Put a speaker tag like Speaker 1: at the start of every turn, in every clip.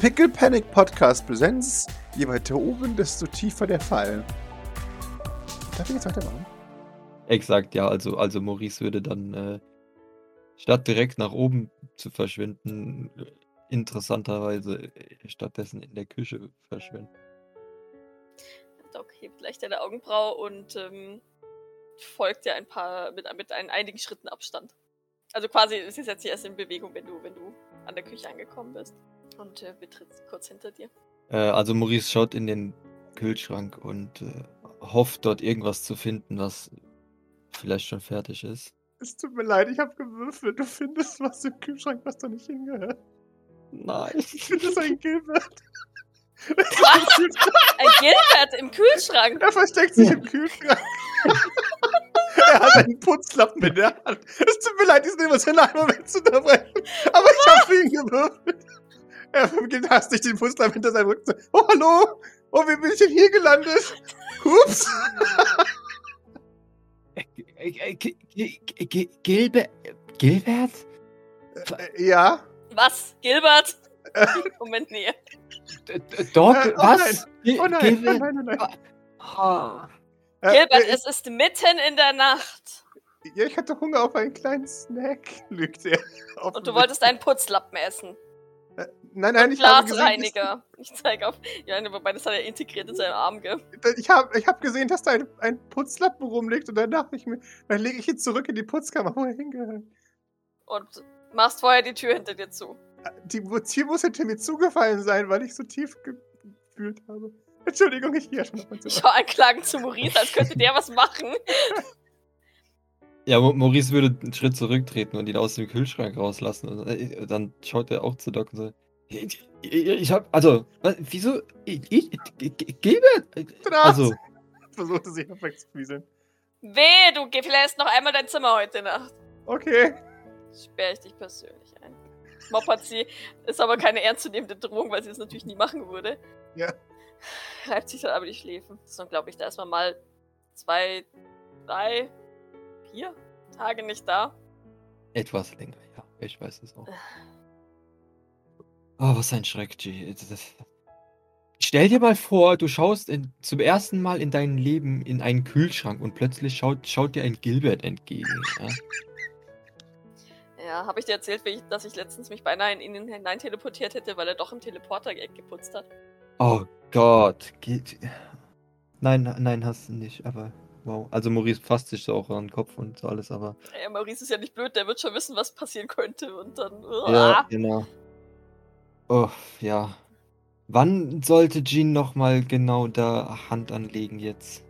Speaker 1: Pickle Panic Podcast Präsenz. Je weiter oben, desto tiefer der Fall. Darf ich jetzt weitermachen?
Speaker 2: Exakt, ja. Also, also Maurice würde dann, äh, statt direkt nach oben zu verschwinden, äh, interessanterweise äh, stattdessen in der Küche verschwinden.
Speaker 3: Doc hebt leicht eine Augenbraue und ähm, folgt dir ein paar mit, mit ein, einigen Schritten Abstand. Also quasi, sie setzt sich erst in Bewegung, wenn du, wenn du an der Küche angekommen bist. Und äh, betritt kurz hinter dir.
Speaker 2: Äh, also Maurice schaut in den Kühlschrank und äh, hofft dort irgendwas zu finden, was vielleicht schon fertig ist.
Speaker 1: Es tut mir leid, ich habe gewürfelt. Du findest was im Kühlschrank, was da nicht hingehört.
Speaker 2: Nein.
Speaker 1: Ich finde es ein Gilbert.
Speaker 3: Ein Äh, Gilbert im Kühlschrank.
Speaker 1: er versteckt sich im Kühlschrank. er hat einen Putzlappen in der Hand. Es tut mir leid, diesen emotionalen Moment zu unterbrechen. Aber ich habe für ihn gewürfelt. Er geht hastig den Putzlappen hinter seinem Rücken. Oh, hallo. Oh, wie bin ich denn hier gelandet? Ups.
Speaker 2: Gilbert? Gilbert?
Speaker 1: Äh, Ja.
Speaker 3: Was? Gilbert? Moment, nee.
Speaker 2: Doc?
Speaker 1: Äh, oh
Speaker 2: was? Gil-
Speaker 1: Oh nein, oh nein, oh nein.
Speaker 2: Ah.
Speaker 1: Äh,
Speaker 3: Gilbert,
Speaker 1: äh,
Speaker 3: es ist mitten in der Nacht.
Speaker 1: Ja, ich hatte Hunger auf einen kleinen Snack, lügt er. Auf
Speaker 3: Und du wolltest einen Putzlappen essen.
Speaker 1: Nein, nein, ich habe gesehen,
Speaker 3: Glasreiniger. Ich zeige auf. Ja, ne, wobei das hat er integriert in seinen Arm, gell?
Speaker 1: dass- ich habe ich hab gesehen, dass da ein, ein Putzlappen rumliegt und dann dachte ich mir, dann lege ich ihn zurück in die Putzkammer, wo er hingehört.
Speaker 3: Und machst vorher die Tür hinter dir zu.
Speaker 1: Die Mu- Tür muss hinter mir zugefallen sein, weil ich so tief ge- gefühlt habe. Entschuldigung, ich gehe ja schon auf mein
Speaker 3: Ich
Speaker 1: Zimmer.
Speaker 3: schaue anklagen zu Maurice, als könnte der was machen.
Speaker 2: Ja, Mo- Maurice würde einen Schritt zurücktreten und ihn aus dem Kühlschrank rauslassen. Und äh, dann schaut er auch zu Doc und sagt: Ich, ich hab, also, was, wieso? Ich, ich, G- G- Gilbert? Also,
Speaker 1: Versuchte sich noch wegzufieseln.
Speaker 3: Weh, du geh- verlässt noch einmal dein Zimmer heute Nacht.
Speaker 1: Okay.
Speaker 3: Sperre ich dich persönlich ein. Moppert sie. Ist aber keine ernstzunehmende Drohung, weil sie es natürlich nie machen würde.
Speaker 1: Ja.
Speaker 3: Reibt sich dann aber die Schläfen. Das ist unglaublich. Da ist man mal zwei, drei, vier Tage nicht da.
Speaker 2: etwas länger, ja, ich weiß es auch. Oh, was ein Schreck, G. Das, das- stell dir mal vor, du schaust in, zum ersten Mal in deinem Leben in einen Kühlschrank und plötzlich schaut, schaut dir ein Gilbert entgegen. Ja.
Speaker 3: Ja, habe ich dir erzählt, wie ich, dass ich letztens mich beinahe in ihn hinein teleportiert hätte, weil er doch im Teleporter-Eck geputzt hat.
Speaker 2: Oh Gott, geht. Nein, na- nein, hast du nicht, aber wow. Also Maurice fasst sich so auch an den Kopf und so alles, aber.
Speaker 3: Ey, Maurice ist ja nicht blöd, der wird schon wissen, was passieren könnte und dann. ah.
Speaker 2: Ja,
Speaker 3: Uah.
Speaker 2: genau. Oh, ja. Wann sollte Jean nochmal genau da Hand anlegen jetzt?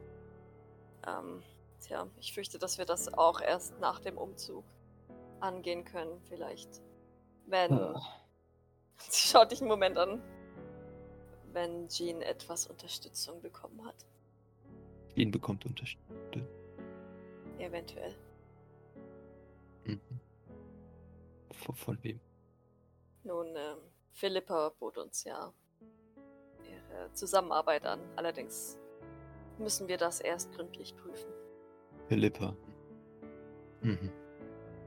Speaker 3: Ähm, tja, ich fürchte, dass wir das auch erst nach dem Umzug angehen können, vielleicht. Wenn. Sie schaut dich einen Moment an. Wenn Jean etwas Unterstützung bekommen hat.
Speaker 2: Jean bekommt Unterstützung.
Speaker 3: Eventuell.
Speaker 2: Von, von wem?
Speaker 3: Nun, ähm, Philippa bot uns ja ihre Zusammenarbeit an. Allerdings müssen wir das erst gründlich prüfen.
Speaker 2: Philippa. Mhm.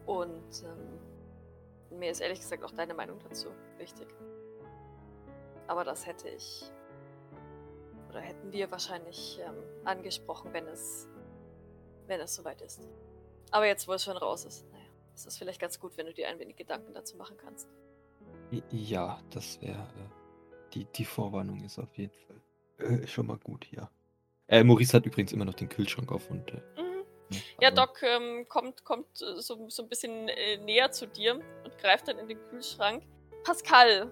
Speaker 3: Und ähm, mir ist ehrlich gesagt auch deine Meinung dazu wichtig. Aber das hätte ich oder hätten wir wahrscheinlich ähm, angesprochen, wenn es wenn es soweit ist. Aber jetzt, wo es schon raus ist, naja, es ist vielleicht ganz gut, wenn du dir ein wenig Gedanken dazu machen kannst.
Speaker 2: I- Ja, das wäre. äh, Die, die Vorwarnung ist auf jeden Fall äh, schon mal gut, ja. Äh, Maurice hat übrigens immer noch den Kühlschrank auf und. Äh, ne,
Speaker 3: Ja,
Speaker 2: also-
Speaker 3: Doc ähm, kommt, kommt äh, so, so ein bisschen äh, näher zu dir und greift dann in den Kühlschrank. Pascal,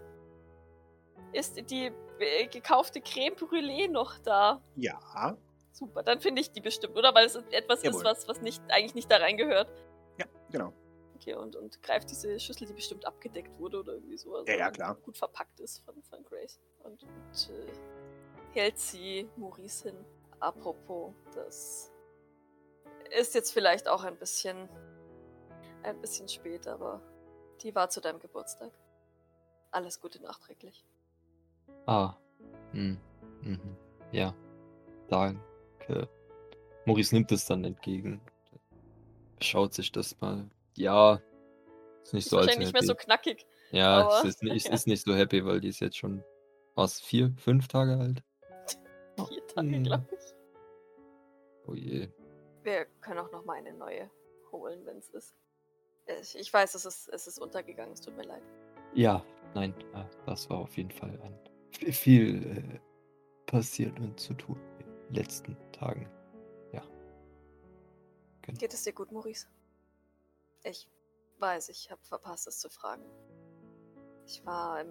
Speaker 3: ist die äh, gekaufte Creme Brûlée noch da?
Speaker 1: Ja.
Speaker 3: Super, dann finde ich die bestimmt, oder? Weil es etwas
Speaker 1: Jawohl.
Speaker 3: ist, was, was nicht, eigentlich nicht da reingehört.
Speaker 1: Ja, genau.
Speaker 3: Okay, und, und greift diese Schüssel, die bestimmt abgedeckt wurde oder irgendwie so. Also
Speaker 1: Ja, ja, klar.
Speaker 3: Gut verpackt ist von, von Grace. Und, und äh, hält sie Maurice hin. Apropos, das ist jetzt vielleicht auch ein bisschen, ein bisschen spät, aber die war zu deinem Geburtstag. Alles Gute nachträglich.
Speaker 2: Ah. Hm. Mhm. Ja. Danke. Maurice nimmt es dann entgegen. Schaut sich das mal. Ja. Ist nicht
Speaker 3: Ist
Speaker 2: so als
Speaker 3: wahrscheinlich nicht mehr so
Speaker 2: hätte-
Speaker 3: knackig.
Speaker 2: Ja,
Speaker 3: Aber-
Speaker 2: es ist, ni- es ist nicht so happy, weil die ist jetzt schon was, vier, fünf Tage alt.
Speaker 3: Vier Tage,
Speaker 2: Hm.
Speaker 3: glaube ich.
Speaker 2: Oh je.
Speaker 3: Wir können auch nochmal eine neue holen, wenn es ist. Ich, ich weiß, es ist, es ist untergegangen, es tut mir leid.
Speaker 2: Ja, nein, ah, das war auf jeden Fall ein vi- viel äh, passiert und zu tun in den letzten Tagen.
Speaker 3: Geht es dir gut, Maurice? Ich weiß, ich habe verpasst, es zu fragen. Ich war im,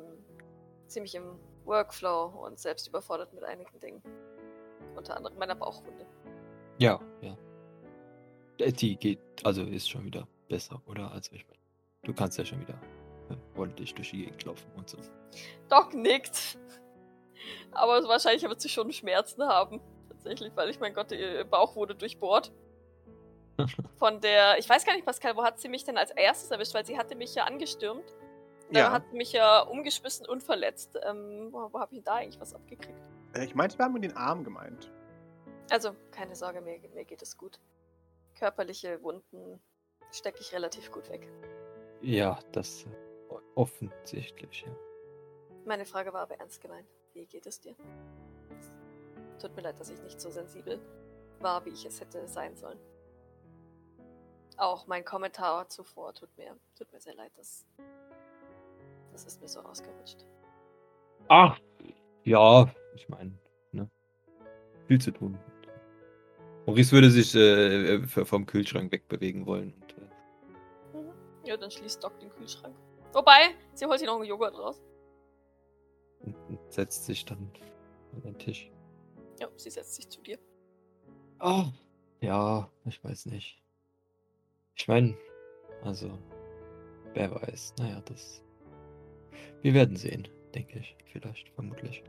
Speaker 3: ziemlich im Workflow und selbst überfordert mit einigen Dingen. Unter anderem meiner Bauchwunde.
Speaker 2: Ja, ja. Äh, Die geht, also ist schon wieder besser, oder? Also ich meine, du kannst ja schon wieder äh, ordentlich durch die Gegend laufen und so.
Speaker 3: Doc nickt. Aber wahrscheinlich wird sie schon Schmerzen haben. Tatsächlich, weil ich, mein Gott, ihr Bauch wurde durchbohrt. Von der, ich weiß gar nicht, Pascal, wo hat sie mich denn als erstes erwischt? Weil sie hatte mich ja angestürmt. Da
Speaker 1: Ja.
Speaker 3: hat mich ja umgeschmissen und verletzt. Ähm, wo wo habe ich denn da eigentlich was abgekriegt?
Speaker 1: Äh, Ich meinte, wir haben den Arm gemeint.
Speaker 3: Also, keine Sorge, mir, mir geht es gut. Körperliche Wunden stecke ich relativ gut weg.
Speaker 2: Ja, das äh, o- offensichtlich, ja.
Speaker 3: Meine Frage war aber ernst gemeint. Wie geht es dir? Es tut mir leid, dass ich nicht so sensibel war, wie ich es hätte sein sollen. Auch mein Kommentar zuvor tut mir, tut mir sehr leid, dass das ist mir so ausgerutscht.
Speaker 2: Ach, ja, ich meine, ne? Viel zu tun. Maurice würde sich äh, äh, vom Kühlschrank wegbewegen wollen. Und, äh,
Speaker 3: Ja, dann schließt Doc den Kühlschrank. Wobei, sie holt hier noch einen Joghurt raus.
Speaker 2: und, und setzt sich dann an den Tisch.
Speaker 3: Ja, sie setzt sich zu dir.
Speaker 2: Ah, ja, ich weiß nicht. Ich meine, also, wer weiß. Naja, das. Wir werden sehen, denke ich. Vielleicht, vermutlich.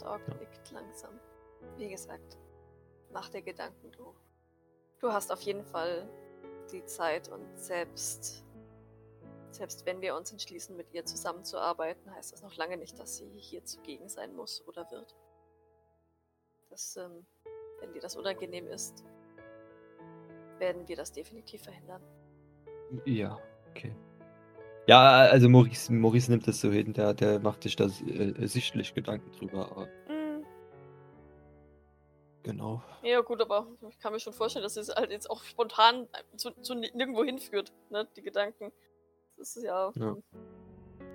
Speaker 3: Doc
Speaker 2: Ja.
Speaker 3: nickt langsam. Wie gesagt, mach dir Gedanken, du. Du hast auf jeden Fall die Zeit und selbst, selbst wenn wir uns entschließen, mit ihr zusammenzuarbeiten, heißt das noch lange nicht, dass sie hier zugegen sein muss oder wird. Das, ähm, wenn dir das unangenehm ist, werden wir das definitiv verhindern.
Speaker 2: Ja, okay. Ja, also Maurice, Maurice nimmt das so hin, der, der macht sich da äh, sichtlich Gedanken drüber, aber genau.
Speaker 3: Ja, gut, aber ich kann mir schon vorstellen, dass es halt jetzt auch spontan zu, zu ni- nirgendwo hinführt, ne, die Gedanken. Das ist ja,
Speaker 2: Ja.
Speaker 3: hm,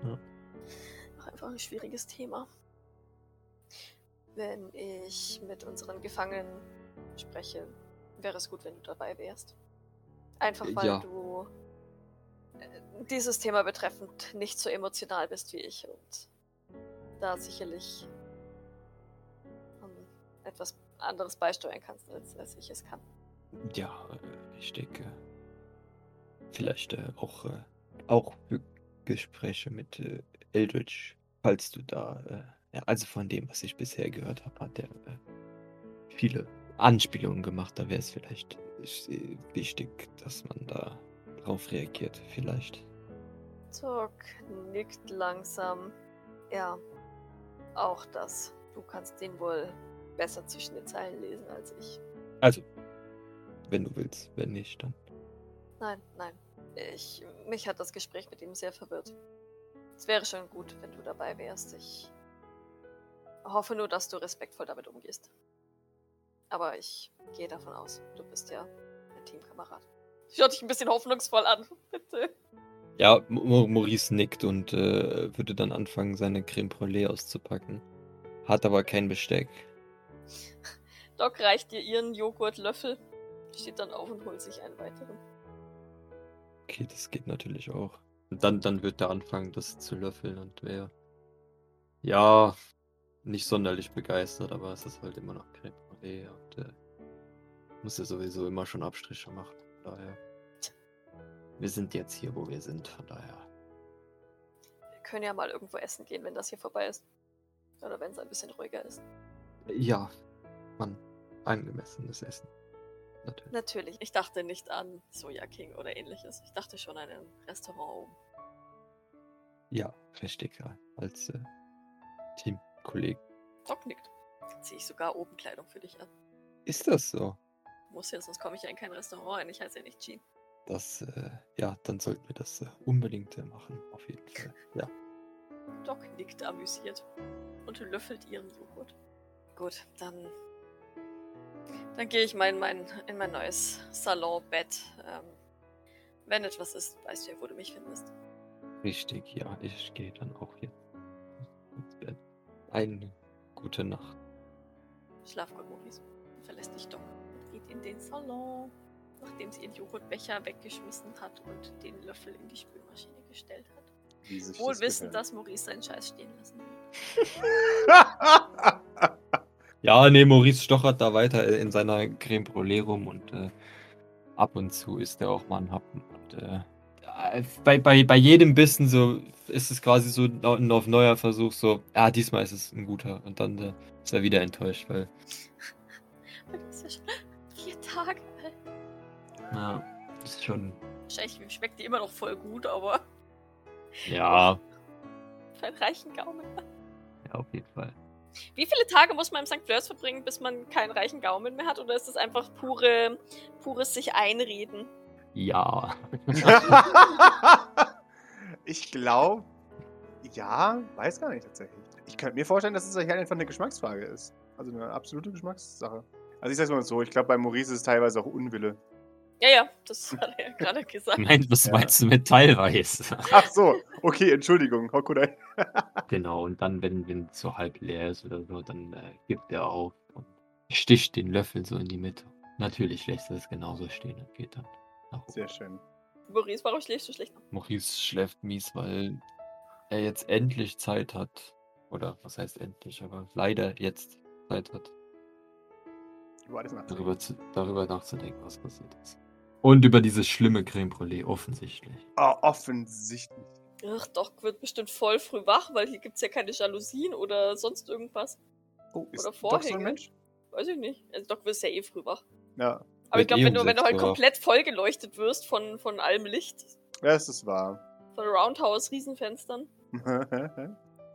Speaker 2: Ja.
Speaker 3: auch einfach ein schwieriges Thema. Wenn ich mit unseren Gefangenen spreche, wäre es gut, wenn du dabei wärst. Einfach
Speaker 2: Äh,
Speaker 3: weil
Speaker 2: ja.
Speaker 3: du äh, dieses Thema betreffend nicht so emotional bist wie ich und da sicherlich ähm, etwas anderes beisteuern kannst, als, als ich es kann.
Speaker 2: Ja, äh, ich denke, vielleicht äh, auch, äh, auch für Gespräche mit äh, Eldritch, falls du da, äh, ja, also von dem, was ich bisher gehört habe, hat er äh, viele Anspielungen gemacht. Da wäre es vielleicht äh, wichtig, dass man da drauf reagiert, vielleicht.
Speaker 3: Zork nickt langsam. Ja, auch das. Du kannst den wohl besser zwischen den Zeilen lesen als ich.
Speaker 2: Also, wenn du willst, wenn nicht, dann.
Speaker 3: Nein, nein. Ich, mich hat das Gespräch mit ihm sehr verwirrt. Es wäre schon gut, wenn du dabei wärst. Ich hoffe nur, dass du respektvoll damit umgehst. Aber ich gehe davon aus, du bist ja ein Teamkamerad. Ich schaue dich ein bisschen hoffnungsvoll an, bitte.
Speaker 2: Ja, Mo- Mo- Maurice nickt und äh, würde dann anfangen, seine Creme Brûlée auszupacken. Hat aber kein Besteck.
Speaker 3: Doc reicht dir ihren Joghurtlöffel, steht dann auf und holt sich einen weiteren.
Speaker 2: Okay, das geht natürlich auch. Und dann, dann wird er anfangen, das zu löffeln und wäre. Ja, nicht sonderlich begeistert, aber es ist halt immer noch Creme Brûlée und äh, muss ja sowieso immer schon Abstriche machen. Von daher. Wir sind jetzt hier, wo wir sind, von daher.
Speaker 3: Wir können ja mal irgendwo essen gehen, wenn das hier vorbei ist. Oder wenn es ein bisschen ruhiger ist.
Speaker 2: Ja, man, angemessenes Essen. Natürlich.
Speaker 3: Natürlich, ich dachte nicht an Soja King oder ähnliches. Ich dachte schon an ein Restaurant oben.
Speaker 2: Ja, richtig, ja. Als äh, Teamkollege.
Speaker 3: Doc nickt. Ziehe ich sogar oben Kleidung für dich an.
Speaker 2: Ist das so?
Speaker 3: Muss ja, sonst komme ich ja in kein Restaurant ein. Ich heiße ja nicht Jean.
Speaker 2: Das, äh, ja, dann sollten wir das äh, unbedingt äh, machen, auf jeden Fall. Ja.
Speaker 3: Doc nickt amüsiert und löffelt ihren Joghurt. Gut, dann. Dann gehe ich mal in mein, in mein neues Salonbett. Ähm, wenn etwas ist, weißt du ja, wo du mich findest.
Speaker 2: Richtig, ja, ich gehe dann auch jetzt ins Bett. Eine gute Nacht.
Speaker 3: Schlaf gut, Maurice. Verlässt dich Doc und geht in den Salon, nachdem sie ihren Joghurtbecher weggeschmissen hat und den Löffel in die Spülmaschine gestellt hat.
Speaker 1: Wie sich
Speaker 3: Wohl
Speaker 1: das
Speaker 3: wissend,
Speaker 1: gehört.
Speaker 3: dass Maurice seinen Scheiß stehen lassen wird.
Speaker 2: Ja, nee, Maurice stochert da weiter äh, in seiner Creme Brûlée rum und äh, ab und zu isst er auch mal einen Happen. Und, äh, äh, bei, bei, bei jedem Bissen so ist es quasi so ein ein auf neuer Versuch, so, ah, diesmal ist es ein guter. Und dann äh, ist er wieder enttäuscht, weil,
Speaker 3: Und Das ist ja schon vier Tage alt.
Speaker 2: ja, ist schon,
Speaker 3: Wahrscheinlich schmeckt die immer noch voll gut, aber
Speaker 2: ja,
Speaker 3: kein reichen Gaumen.
Speaker 2: ja auf jeden Fall.
Speaker 3: Wie viele Tage muss man im St. Flörs verbringen, bis man keinen reichen Gaumen mehr hat? Oder ist das einfach pure, pures sich einreden?
Speaker 2: Ja.
Speaker 1: ich glaube, ja, weiß gar nicht tatsächlich. Ich könnte mir vorstellen, dass es eigentlich einfach eine Geschmacksfrage ist. Also eine absolute Geschmackssache. Also ich sag's mal so, ich glaube, bei Maurice ist es teilweise auch Unwille.
Speaker 3: Ja, ja, das hat er ja gerade gesagt.
Speaker 2: Nein, was
Speaker 1: Ja.
Speaker 2: meinst du mit teilweise?
Speaker 1: Ach so, okay, Entschuldigung, Hokodai.
Speaker 2: Genau, und dann, wenn wenn es so halb leer ist oder so, dann äh, gibt er auf und sticht den Löffel so in die Mitte. Natürlich lässt er es genauso stehen und geht dann nach oben.
Speaker 1: Sehr schön.
Speaker 3: Maurice, warum schläfst du schlecht?
Speaker 2: Maurice schläft mies, weil er jetzt endlich Zeit hat. Oder was heißt endlich, aber leider jetzt Zeit hat,
Speaker 1: War das nach
Speaker 2: darüber, zu, darüber nachzudenken, was passiert ist. Und über diese schlimme Creme Brûlée, offensichtlich.
Speaker 1: Ah, offensichtlich.
Speaker 3: Ach, Doc wird bestimmt voll früh wach, weil hier gibt es ja keine Jalousien oder sonst irgendwas.
Speaker 1: Oh, ist
Speaker 3: Oder
Speaker 1: doch so ein
Speaker 3: Vorhänge.
Speaker 1: Mensch?
Speaker 3: Weiß ich nicht. Also Doc wirst ja eh früh wach.
Speaker 1: Ja,
Speaker 3: Aber
Speaker 2: Wird
Speaker 3: ich glaube,
Speaker 2: eh
Speaker 3: wenn
Speaker 2: um
Speaker 3: du, wenn du
Speaker 2: sechs
Speaker 3: halt
Speaker 2: Uhr wach.
Speaker 3: komplett voll geleuchtet wirst von, von allem Licht,
Speaker 1: das ist wahr.
Speaker 3: von Roundhouse, Riesenfenstern.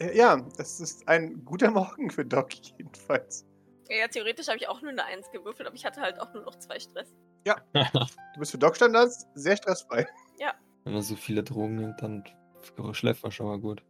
Speaker 1: Äh, ja, es ist ein guter Morgen für Doc jedenfalls.
Speaker 3: Ja, ja, theoretisch habe ich auch nur eine Eins gewürfelt, aber ich hatte halt auch nur noch zwei Stress.
Speaker 1: Du bist für Doc-Standards sehr stressfrei.
Speaker 2: Wenn man so viele Drogen nimmt, dann schläft man schon mal gut.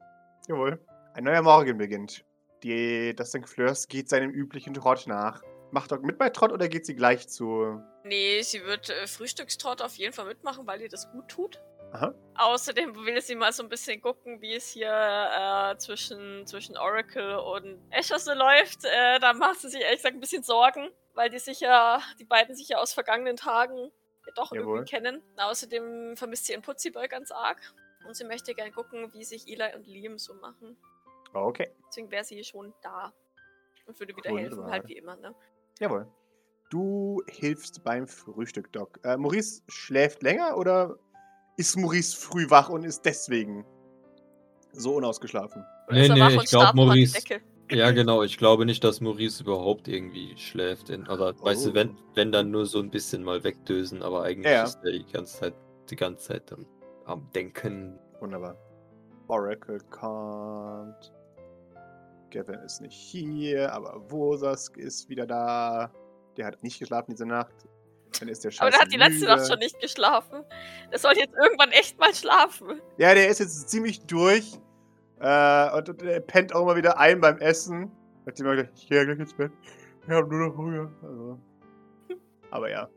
Speaker 1: Jawohl. Ein neuer Morgen beginnt. Die, das St. Fleurs geht seinem üblichen Trott nach. Macht Doc mit bei Trott oder geht sie gleich zu.
Speaker 3: Nee, sie wird äh, Frühstückstrott auf jeden Fall mitmachen, weil ihr das gut tut.
Speaker 1: Aha.
Speaker 3: Außerdem will sie mal so ein bisschen gucken, wie es hier äh, zwischen, zwischen Oracle und Escher so läuft. Äh, da macht sie sich ehrlich gesagt ein bisschen Sorgen, weil die sich ja, die beiden sich ja aus vergangenen Tagen ja doch
Speaker 1: Jawohl.
Speaker 3: irgendwie kennen. Außerdem vermisst sie ihren Putziboy ganz arg. Und sie möchte gern gucken, wie sich Eli und Liam so machen.
Speaker 1: Oh, Okay.
Speaker 3: Deswegen wäre sie schon da. Und würde wieder helfen,
Speaker 1: Wunderbar.
Speaker 3: halt wie immer, ne?
Speaker 1: Jawohl. Du hilfst beim Frühstück, Doc. Äh, Maurice schläft länger oder ist Maurice früh wach und ist deswegen so unausgeschlafen?
Speaker 3: Oder ist er wach und starrt noch an die Decke?
Speaker 2: Ja, genau. Ich glaube nicht, dass Maurice überhaupt irgendwie schläft. In, oder weißt
Speaker 1: Oh.
Speaker 2: du, wenn, wenn dann nur so ein bisschen mal wegdösen, aber eigentlich
Speaker 1: Ja.
Speaker 2: ist er die ganze Zeit, die ganze Zeit am, am Denken.
Speaker 1: Wunderbar. Oracle kommt. Gavin ist nicht hier, aber Wosask ist wieder da. Der hat nicht geschlafen diese Nacht. Dann ist der
Speaker 3: Aber der
Speaker 1: scheiße
Speaker 3: hat die letzte
Speaker 1: müde.
Speaker 3: Nacht schon nicht geschlafen. Der soll jetzt irgendwann echt mal schlafen.
Speaker 1: Ja, der ist jetzt ziemlich durch. Äh, und, und er pennt auch mal wieder ein beim Essen. Hat immer gesagt, ich gehe gleich ins Bett. Ich habe nur noch Hunger. Also. Aber ja,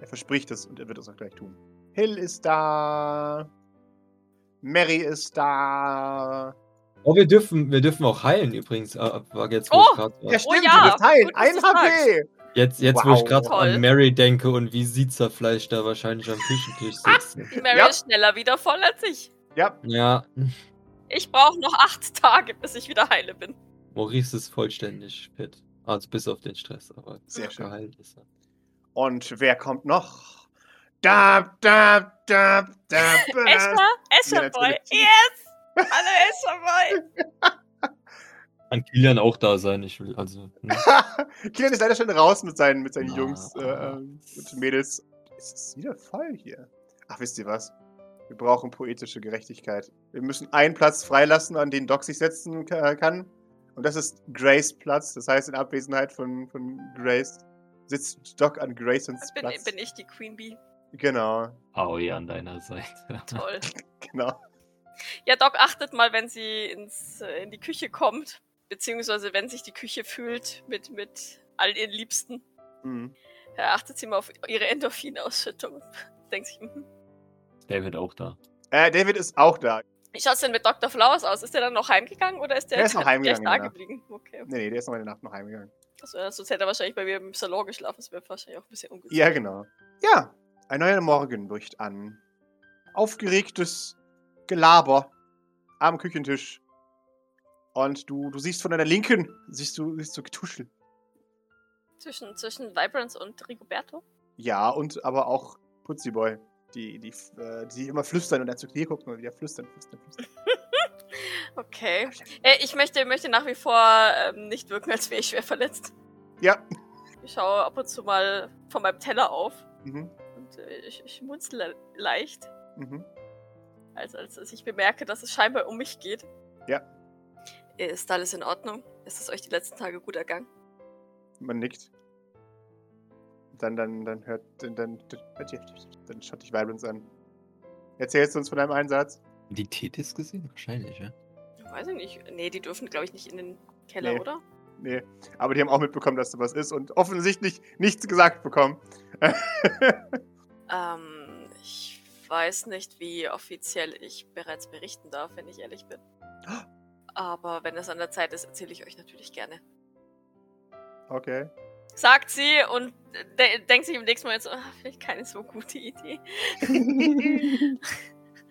Speaker 1: er verspricht es und er wird es auch gleich tun. Hill ist da. Mary ist da.
Speaker 2: Oh, wir dürfen, wir dürfen auch heilen übrigens. Ah, War jetzt, wo
Speaker 3: Oh,
Speaker 2: ich grad war.
Speaker 1: Ja, stimmt,
Speaker 3: ja,
Speaker 1: du bist heil.
Speaker 3: gut, dass
Speaker 1: Ein
Speaker 3: du
Speaker 1: HP.
Speaker 2: Jetzt, jetzt wo
Speaker 1: Wow.
Speaker 2: ich gerade
Speaker 3: Toll.
Speaker 2: an Mary denke und wie sie zerfleischt da wahrscheinlich am Küchentisch
Speaker 1: Ah!
Speaker 2: sitzt.
Speaker 3: Die Mary
Speaker 1: Ja.
Speaker 3: ist schneller wieder voll als ich.
Speaker 1: Ja,
Speaker 2: ja,
Speaker 3: Ich brauche noch acht Tage, bis ich wieder heile bin.
Speaker 2: Maurice ist vollständig fit. Also bis auf den Stress, aber
Speaker 1: Sehr schön.
Speaker 2: geheilt ist er.
Speaker 1: und wer kommt noch? Da, da, da, da, da.
Speaker 3: Escher, Escher
Speaker 1: Ja,
Speaker 3: Boy.
Speaker 1: natürlich.
Speaker 3: Yes! Hallo Escher Boy.
Speaker 2: Kann Kilian auch da sein, ich will. Also. Ne?
Speaker 1: Kilian ist leider schon raus mit seinen, mit seinen
Speaker 2: Ah.
Speaker 1: Jungs äh, ähm, und Mädels. Es ist wieder voll hier. Ach, wisst ihr was? Wir brauchen poetische Gerechtigkeit. Wir müssen einen Platz freilassen, an den Doc sich setzen ka- äh, kann. Und das ist Grace Platz. Das heißt, in Abwesenheit von, von Grace sitzt Doc an Graysons
Speaker 3: Bin,
Speaker 1: Platz.
Speaker 3: bin ich die Queen Bee.
Speaker 1: Genau,
Speaker 4: Aoi an deiner Seite.
Speaker 3: Toll.
Speaker 1: genau.
Speaker 3: Ja, Doc achtet mal, wenn sie ins, äh, in die Küche kommt, beziehungsweise wenn sich die Küche fühlt mit, mit all ihren Liebsten,
Speaker 1: Mhm.
Speaker 3: äh, achtet sie mal auf ihre Endorphinausschüttung. Denkt sich, mhm.
Speaker 4: David auch da.
Speaker 1: Äh, David ist auch da.
Speaker 3: Wie schaut's denn mit Dr. Flowers aus? Ist der dann noch heimgegangen oder ist der,
Speaker 1: Der ist noch heimgegangen, genau.
Speaker 3: Der ist da
Speaker 1: ja.
Speaker 3: geblieben. Okay.
Speaker 1: Nee, nee, der ist noch in der Nacht noch heimgegangen.
Speaker 3: Also, äh, sonst hätte er wahrscheinlich bei mir im Salon geschlafen. Das wäre wahrscheinlich auch ein bisschen ungünstig.
Speaker 1: Ja, genau. Ja, ein neuer Morgen bricht an. Aufgeregtes Gelaber am Küchentisch. Und du, du siehst von deiner Linken, siehst du, siehst du Getuschel.
Speaker 3: Zwischen, zwischen Vibrance und Rigoberto?
Speaker 1: Ja, und aber auch Putzi Boy, die, die, äh, die immer flüstern und dann zu dir gucken und wieder flüstern, flüstern, flüstern.
Speaker 3: Okay. Äh, ich möchte, möchte nach wie vor ähm, nicht wirken, als wäre ich schwer verletzt.
Speaker 1: Ja.
Speaker 3: Ich schaue ab und zu mal von meinem Teller auf
Speaker 1: Mhm.
Speaker 3: und äh, ich, ich schmunzle leicht,
Speaker 1: Mhm.
Speaker 3: als, als, als ich bemerke, dass es scheinbar um mich geht.
Speaker 1: Ja.
Speaker 3: Ist alles in Ordnung? Ist es euch die letzten Tage gut ergangen?
Speaker 1: Man nickt. Dann, dann, dann hört, dann, dann, dann schaut dich Vibrance an. Erzählst du uns von deinem Einsatz?
Speaker 2: Die Tetis gesehen? Wahrscheinlich, ja.
Speaker 3: Weiß ich nicht. Nee, die dürfen, glaube ich, nicht in den Keller,
Speaker 1: Nee.
Speaker 3: oder?
Speaker 1: Nee, aber die haben auch mitbekommen, dass da was ist und offensichtlich nichts gesagt bekommen.
Speaker 3: Ähm, ich weiß nicht, wie offiziell ich bereits berichten darf, wenn ich ehrlich bin. Aber wenn es an der Zeit ist, erzähle ich euch natürlich gerne.
Speaker 1: Okay.
Speaker 3: Sagt sie und de denkt sich im nächsten Moment so, "Ah, vielleicht keine so gute Idee.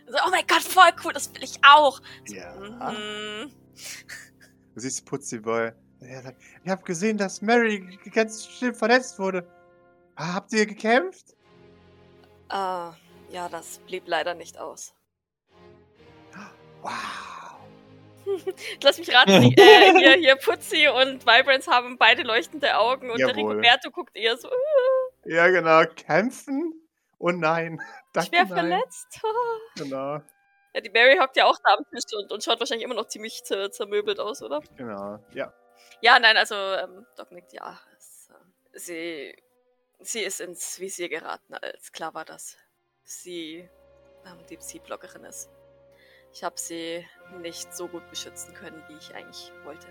Speaker 3: so, oh mein Gott, voll cool, das will ich auch. So,
Speaker 1: Ja.
Speaker 3: mhm.
Speaker 1: Du siehst Putziboy. Er sagt, ich habe gesehen, dass Mary g- ganz schlimm verletzt wurde. Ah, Habt ihr gekämpft?
Speaker 3: Ah, ja, das blieb leider nicht aus.
Speaker 1: Wow.
Speaker 3: Lass mich raten, die, äh, hier, hier Putzi und Vibrance haben beide leuchtende Augen und der
Speaker 1: Jawohl.
Speaker 3: Rigoberto guckt eher so, "Uh,
Speaker 1: Ja, genau. Kämpfen? Oh nein. Danke,
Speaker 3: schwer
Speaker 1: nein.
Speaker 3: verletzt.
Speaker 1: Genau.
Speaker 3: Ja, die Mary hockt ja auch da am Tisch und, und schaut wahrscheinlich immer noch ziemlich zer zermöbelt aus, oder?
Speaker 1: Genau. Ja.
Speaker 3: Ja, nein, also ähm, Doc nickt, ja. Es, äh, sie, sie ist ins Visier geraten, als klar war, dass sie ähm, die Sea-Bloggerin ist. Ich habe sie nicht so gut beschützen können, wie ich eigentlich wollte.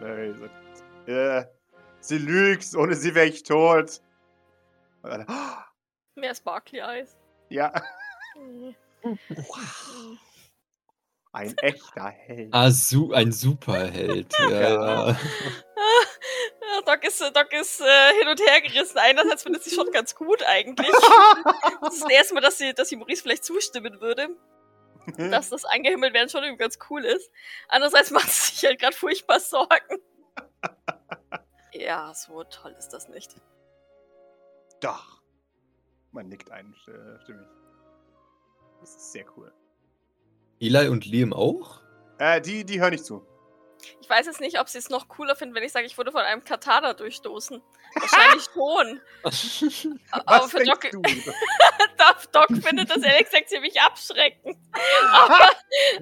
Speaker 1: Mary sagt, äh, sie lügt. Ohne sie wäre ich tot. Und alle, "Ah,
Speaker 3: Mehr Sparkly Eyes.
Speaker 1: Ja,
Speaker 3: Mhm.
Speaker 1: ein echter Held.
Speaker 2: Ah, su ein Superheld. ja, ja.
Speaker 3: Ja, Doc ist, Doc ist äh, hin und her gerissen. Einerseits findet sie schon ganz gut eigentlich. Das ist das erste Mal, dass sie, dass sie Maurice vielleicht zustimmen würde.
Speaker 1: Mhm.
Speaker 3: dass das angehimmelt werden schon irgendwie ganz cool ist. Andererseits macht sie sich halt gerade furchtbar Sorgen. ja, so toll ist das nicht.
Speaker 1: Doch. Man nickt einstimmig. Das ist sehr cool.
Speaker 2: Eli und Liam auch?
Speaker 1: Äh, die, die hören nicht zu.
Speaker 3: Ich weiß jetzt nicht, ob sie es noch cooler finden, wenn ich sage, ich wurde von einem Katana durchstoßen. Wahrscheinlich schon. A-
Speaker 1: Was
Speaker 3: Aber für Doc,
Speaker 1: denkst du?
Speaker 3: Doc, Doc findet das ehrlich gesagt ziemlich abschreckend. Aber,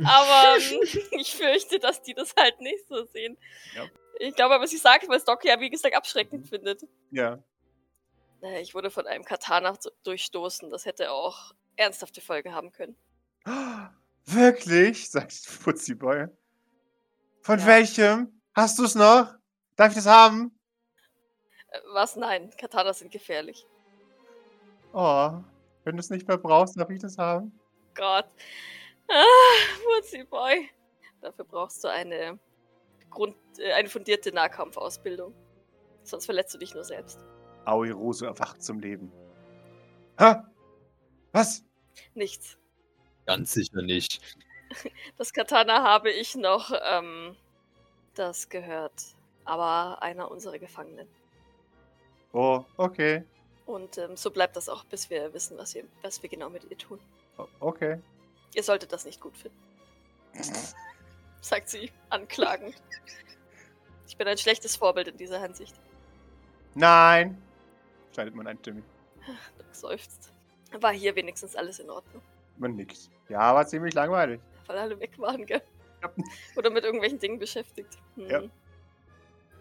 Speaker 3: aber ähm, ich fürchte, dass die das halt nicht so sehen.
Speaker 1: Ja.
Speaker 3: Ich glaube aber, sie sagt, weil es Doc ja, wie gesagt, abschreckend findet.
Speaker 1: ja.
Speaker 3: Äh, Ich wurde von einem Katana zu- durchstoßen. Das hätte auch ernsthafte Folgen haben können.
Speaker 1: Wirklich? Sagt Putziboy. Von
Speaker 3: Ja.
Speaker 1: welchem? Hast du es noch? Darf ich das haben?
Speaker 3: Äh, Was? Nein, Katanas sind gefährlich.
Speaker 1: Oh, wenn du es nicht mehr brauchst, darf ich das haben?
Speaker 3: Gott. Ah, Woodsy Boy. Dafür brauchst du eine, Grund, äh, eine fundierte Nahkampfausbildung. Sonst verletzt du dich nur selbst.
Speaker 1: Aoi Rose erwacht zum Leben. Hä? Was?
Speaker 3: Nichts.
Speaker 2: Ganz sicher nicht.
Speaker 3: Das Katana habe ich noch, ähm, das gehört. Aber einer unserer Gefangenen.
Speaker 1: Oh, okay.
Speaker 3: Und ähm, so bleibt das auch, bis wir wissen, was wir, was wir genau mit ihr tun.
Speaker 1: O- Oh, Okay.
Speaker 3: Ihr solltet das nicht gut finden.
Speaker 1: Mhm.
Speaker 3: Sagt sie anklagend. Ich bin ein schlechtes Vorbild in dieser Hinsicht.
Speaker 1: Nein. Schneidet man einstimmig.
Speaker 3: Doc seufzt. War hier wenigstens alles in Ordnung.
Speaker 1: Man nickt. Ja, war ziemlich langweilig.
Speaker 3: Weil alle weg waren, gell?
Speaker 1: Ja.
Speaker 3: Oder mit irgendwelchen Dingen beschäftigt. Hm.
Speaker 1: Ja.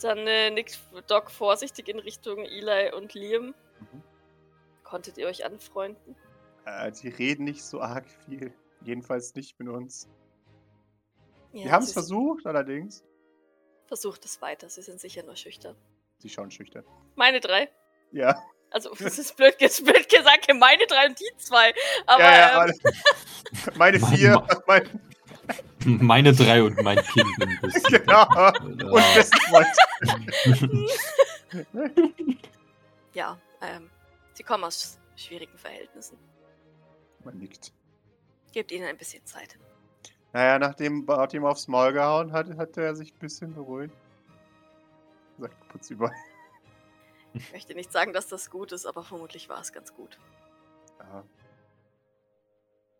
Speaker 3: Dann äh, nickt Doc vorsichtig in Richtung Eli und Liam.
Speaker 1: Mhm.
Speaker 3: Konntet ihr euch anfreunden?
Speaker 1: Äh, die reden nicht so arg viel. Jedenfalls nicht mit uns.
Speaker 3: Ja,
Speaker 1: Die haben es
Speaker 3: sie
Speaker 1: versucht, allerdings.
Speaker 3: Versucht es weiter, sie sind sicher nur schüchtern.
Speaker 1: Sie schauen schüchtern.
Speaker 3: Meine drei.
Speaker 1: Ja.
Speaker 3: Also, es ist blöd, ges- blöd gesagt, meine drei und die zwei. Aber
Speaker 1: ja, ja
Speaker 3: ähm,
Speaker 1: alle. meine vier. Mein,
Speaker 2: Meine drei und mein Kind. ein bisschen.
Speaker 1: genau. Und dessen Freund.
Speaker 3: ja ähm, sie kommen aus schwierigen Verhältnissen.
Speaker 1: Man nickt.
Speaker 3: Gebt ihnen ein bisschen Zeit.
Speaker 1: Naja, nachdem Bart ihm aufs Maul gehauen hat, hat er sich ein bisschen beruhigt. Sagt, putz über.
Speaker 3: Ich möchte nicht sagen, dass das gut ist, aber vermutlich war es ganz gut.
Speaker 1: Ja,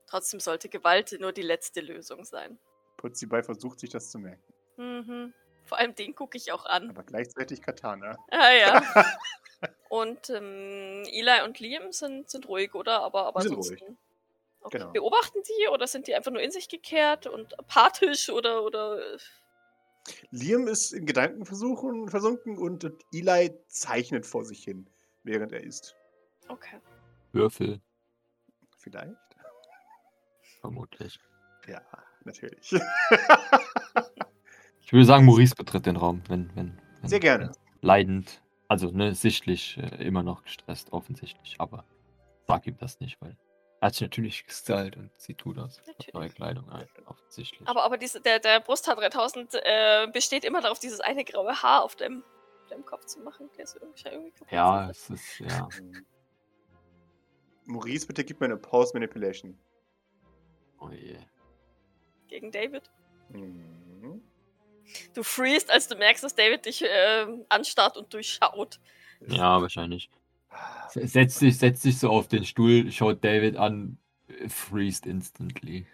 Speaker 3: Trotzdem sollte Gewalt nur die letzte Lösung sein.
Speaker 1: putz die bei versucht sich das zu merken.
Speaker 3: Mhm. Vor allem den gucke ich auch an.
Speaker 1: Aber gleichzeitig Katana.
Speaker 3: Ah ja. und ähm, Eli und Liam sind, sind ruhig, oder? Aber, aber
Speaker 1: Die sind
Speaker 3: ansonsten- Okay.
Speaker 1: Genau.
Speaker 3: Beobachten die oder sind die einfach nur in sich gekehrt und apathisch oder oder
Speaker 1: Liam ist in Gedanken versuchen, versunken und Eli zeichnet vor sich hin, während er isst.
Speaker 3: okay.
Speaker 2: Würfel,
Speaker 1: Vielleicht?
Speaker 2: vermutlich.
Speaker 1: Ja, natürlich.
Speaker 2: Ich würde sagen, Maurice betritt den Raum, wenn. wenn, wenn
Speaker 1: Sehr gerne.
Speaker 2: Leidend. Also, ne, sichtlich äh, immer noch gestresst, offensichtlich. Aber sag ihm das nicht, weil. Er hat sich natürlich gestylt und sieht gut aus. Hat
Speaker 3: Natürlich.
Speaker 2: Neue Kleidung ein, offensichtlich.
Speaker 3: Aber aber diese, der der Brusthaar 3000 äh, besteht immer darauf, dieses eine graue Haar auf dem, dem Kopf zu machen. Der ist irgendwie, irgendwie kaputt.
Speaker 2: ja, es ist, ja.
Speaker 1: Maurice, bitte gib mir eine Pause Manipulation.
Speaker 2: Oh je.
Speaker 3: gegen David.
Speaker 1: Mhm.
Speaker 3: Du freest, als du merkst, dass David dich ähm, anstarrt und durchschaut.
Speaker 2: Ja, wahrscheinlich. Se- Setzt sich, setzt sich so auf den Stuhl, schaut David an, äh, freezed instantly.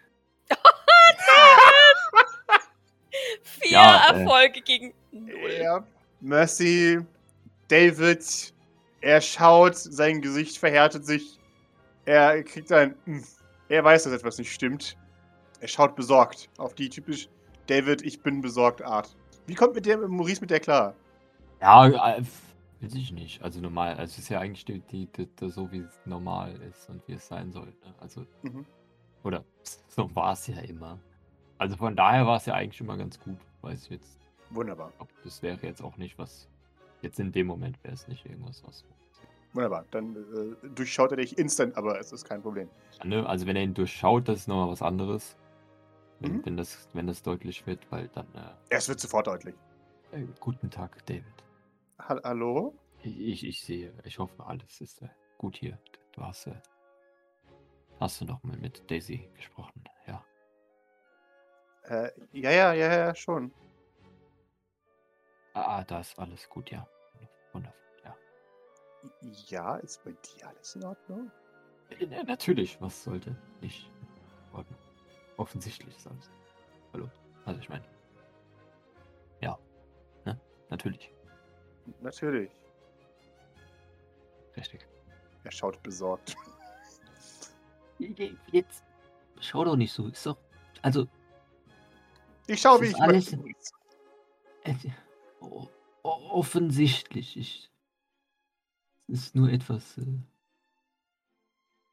Speaker 3: Vier
Speaker 2: Ja, äh,
Speaker 3: Erfolge gegen null.
Speaker 1: Ja. Mercy, David, er schaut, sein Gesicht verhärtet sich. Er kriegt ein. "Mm." Er weiß, dass etwas nicht stimmt. Er schaut besorgt auf die typisch David, ich bin besorgt Art. Wie kommt mit dem Maurice mit der klar?
Speaker 2: Ja, äh, f- weiß ich nicht. Also normal. Also es ist ja eigentlich die, die, die, die, so, wie es normal ist und wie es sein soll. Ne? Also,
Speaker 1: Mhm.
Speaker 2: oder so war es ja immer. Also von daher war es ja eigentlich immer ganz gut. Weiß ich jetzt,
Speaker 1: Wunderbar,
Speaker 2: ob das wäre jetzt auch nicht was. Jetzt in dem Moment wäre es nicht irgendwas was.
Speaker 1: wunderbar. Dann äh, durchschaut er dich instant, aber es ist kein Problem.
Speaker 2: Ne? Also wenn er ihn durchschaut, das ist nochmal was anderes. Wenn,
Speaker 1: Mhm.
Speaker 2: wenn, das, wenn das deutlich wird, weil dann. Äh,
Speaker 1: Es wird sofort deutlich.
Speaker 2: Äh, Guten Tag, David.
Speaker 1: Hall- Hallo?
Speaker 2: Ich, ich, ich sehe, ich hoffe, alles ist äh, gut hier. Du hast, äh, hast du noch mal mit Daisy gesprochen, ja.
Speaker 1: Äh, ja, ja, ja, ja, schon.
Speaker 2: Ah, ah, da ist alles gut, ja. Wundervoll, ja.
Speaker 1: Ja, ist bei dir alles in Ordnung?
Speaker 2: Äh, na- natürlich, was sollte nicht in Ordnung. Offensichtlich ist alles. Hallo? Also ich meine. Ja. Ne? Natürlich.
Speaker 1: Natürlich.
Speaker 2: Richtig.
Speaker 1: Er schaut besorgt.
Speaker 2: Jetzt schau doch nicht so. Ist doch. Also,
Speaker 1: Ich schau,
Speaker 2: Es
Speaker 1: wie
Speaker 2: ist
Speaker 1: ich
Speaker 2: alles-
Speaker 1: möchte, Maurice.
Speaker 2: Et- o- o- Offensichtlich. Ich, es ist nur etwas. Äh,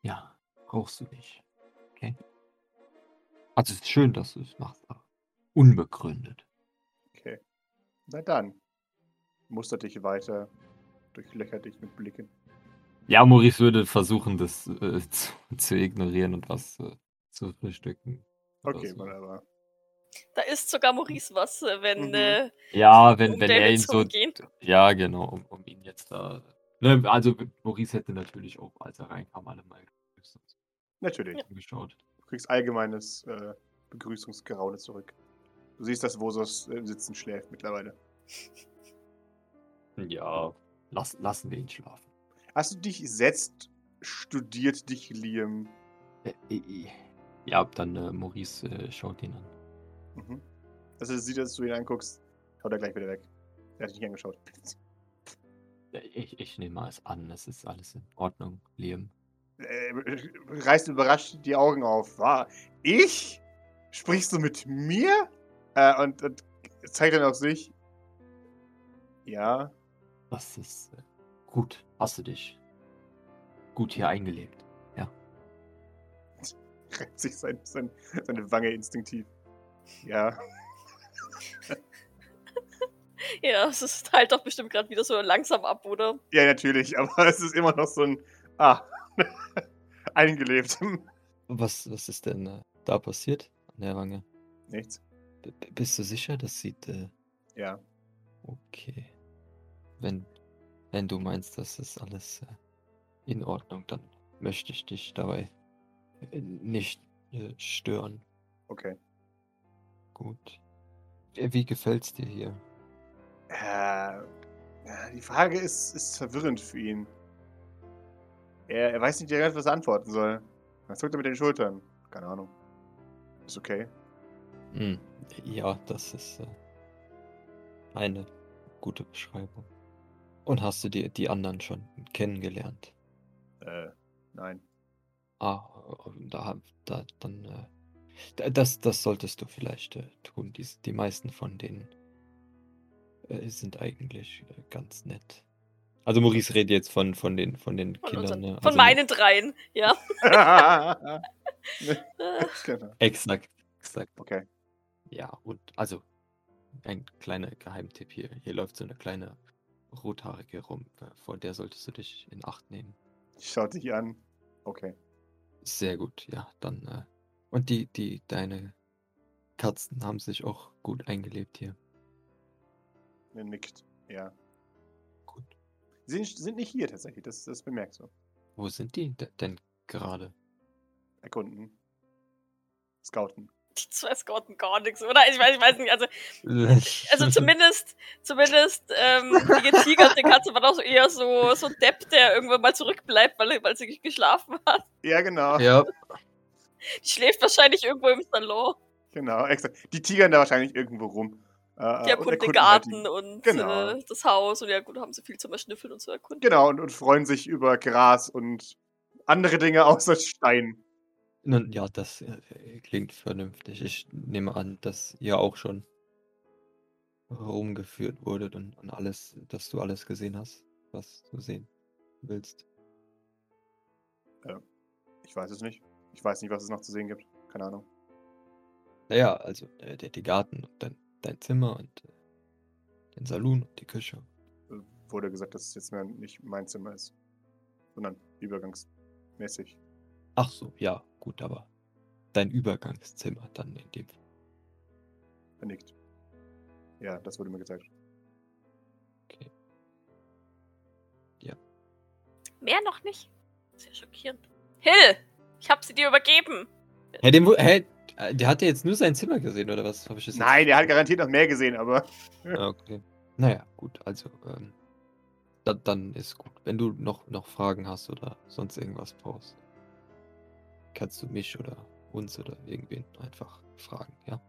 Speaker 2: ja, brauchst du nicht. Okay? Also, es ist schön, dass du es machst, aber unbegründet.
Speaker 1: Okay. Na dann. Muster dich weiter. Durchlöchert dich mit Blicken.
Speaker 2: Ja, Maurice würde versuchen, das äh, zu, zu ignorieren und was äh, zu frühstücken. oder
Speaker 1: Okay,
Speaker 2: so.
Speaker 1: wunderbar.
Speaker 3: Da ist sogar Maurice was, äh, wenn
Speaker 1: Mhm.
Speaker 3: äh,
Speaker 2: Ja, wenn,
Speaker 3: um
Speaker 2: wenn
Speaker 3: David
Speaker 2: er ihn
Speaker 3: zu
Speaker 2: so.
Speaker 3: umgehen.
Speaker 2: Ja, genau, um, um ihn jetzt da. Ne, also, Maurice hätte natürlich auch, als er reinkam, alle mal gegrüßt und so
Speaker 1: Natürlich.
Speaker 2: angeschaut.
Speaker 1: Du kriegst allgemeines äh, Begrüßungsgeraune zurück. Du siehst, dass Vosos äh, im Sitzen schläft mittlerweile.
Speaker 2: Ja, lass, lassen wir ihn schlafen.
Speaker 1: Hast du dich setzt, studiert dich Liam.
Speaker 2: Äh, Ja, dann äh, Maurice äh, schaut ihn an.
Speaker 1: Mhm. Also er sieht, dass du ihn anguckst, schaut er gleich wieder weg. Er hat dich nicht angeschaut.
Speaker 2: Ja, Ich, ich nehme es an, es ist alles in Ordnung, Liam.
Speaker 1: Äh, reißt überrascht die Augen auf. War ich? Sprichst du mit mir? Äh, und, und zeigt dann auf sich. Ja,
Speaker 2: Das ist äh, gut. Hast du dich
Speaker 4: gut hier eingelebt.
Speaker 1: Reibt sich sein, sein, seine Wange instinktiv. Ja,
Speaker 3: Ja, es ist halt doch bestimmt gerade wieder so langsam ab, oder?
Speaker 1: ja, natürlich, aber es ist immer noch so ein. Ah, eingelebt. Hm,
Speaker 2: Was, was ist denn äh, da passiert an der Wange?
Speaker 1: Nichts.
Speaker 2: B b- bist du sicher? Das sieht. Äh,
Speaker 1: Ja.
Speaker 2: okay. Wenn, wenn du meinst, das ist alles äh, in Ordnung, dann möchte ich dich dabei äh, nicht äh, stören.
Speaker 1: Okay.
Speaker 2: Gut. Äh, Wie wie gefällt's dir hier?
Speaker 1: Äh, ja, die Frage ist, ist verwirrend für ihn. Er, er weiß nicht direkt, was er antworten soll. Dann zuckt er mit den Schultern. Keine Ahnung. Ist okay.
Speaker 2: Hm, Ja, das ist äh, eine gute Beschreibung. Und hast du die, die anderen schon kennengelernt?
Speaker 1: Äh, nein.
Speaker 2: Ah, da, hab- da dann, äh, da- das, das solltest du vielleicht äh, tun. Die, die meisten von denen äh, sind eigentlich äh, ganz nett. Also Maurice redet jetzt von, von den, von den
Speaker 3: Von,
Speaker 2: Kindern.
Speaker 3: unseren,
Speaker 2: ne?
Speaker 3: von
Speaker 2: Also,
Speaker 3: meinen dreien, ja.
Speaker 1: genau.
Speaker 3: Äh,
Speaker 2: Exakt, exakt.
Speaker 1: Okay.
Speaker 2: Ja, und also ein kleiner Geheimtipp hier. Hier läuft so eine kleine rothaarige rum. äh, Vor der solltest du dich in Acht nehmen.
Speaker 1: Ich schaue dich an. Okay.
Speaker 2: Sehr gut, ja, dann. Äh, und die, die, deine Katzen haben sich auch gut eingelebt hier.
Speaker 1: Er nickt. Ja.
Speaker 2: Gut.
Speaker 1: Sie sind- sind nicht hier tatsächlich. Das, das bemerkst du.
Speaker 2: Wo sind die de- denn gerade?
Speaker 1: Erkunden. Scouten.
Speaker 3: die zwei Scouten gar nichts, oder? Ich weiß, ich weiß nicht. Also, also zumindest, zumindest ähm, die getigerte Katze war doch so eher so, so ein Depp, der irgendwann mal zurückbleibt, weil, weil sie geschlafen hat.
Speaker 1: Ja, genau.
Speaker 2: Ja,
Speaker 3: Die schläft wahrscheinlich irgendwo im Salon.
Speaker 1: Genau, exakt. Die tigern da wahrscheinlich irgendwo rum. Äh,
Speaker 3: Die
Speaker 1: äh, und
Speaker 3: erkunden den
Speaker 1: erkunden halt die-
Speaker 3: Garten und
Speaker 1: Genau.
Speaker 3: äh, das Haus. Und ja, gut, haben sie viel zum Erschnüffeln und zu erkunden.
Speaker 1: Genau, und, und freuen sich über Gras und andere Dinge außer Stein.
Speaker 2: nun, ja, das äh, klingt vernünftig. Ich nehme an, dass ihr auch schon rumgeführt wurdet und, und alles, dass du alles gesehen hast, was du sehen willst.
Speaker 1: Ich weiß es nicht. Ich weiß nicht, was es noch zu sehen gibt. Keine Ahnung.
Speaker 2: Naja, also äh, der, der Garten und dein, dein Zimmer und äh, den Salon und die Küche.
Speaker 1: Äh, Wurde gesagt, dass es jetzt mehr nicht mein Zimmer ist, sondern übergangsmäßig.
Speaker 2: Ach so, ja, gut, aber dein Übergangszimmer dann in dem Fall.
Speaker 1: Er nickt. Ja, das wurde mir gezeigt.
Speaker 2: Okay.
Speaker 3: Mehr noch nicht. Sehr schockierend. Hill, ich hab sie dir übergeben.
Speaker 2: Hä, dem, wu- hä, äh, der hat ja jetzt nur sein Zimmer gesehen, oder was? Hab ich das jetzt-
Speaker 1: Nein, er hat garantiert noch mehr gesehen, aber
Speaker 2: Ah, Okay. Naja, gut, also, ähm, da, dann ist gut. Wenn du noch, noch Fragen hast oder sonst irgendwas brauchst, kannst du mich oder uns oder irgendwen einfach fragen, ja?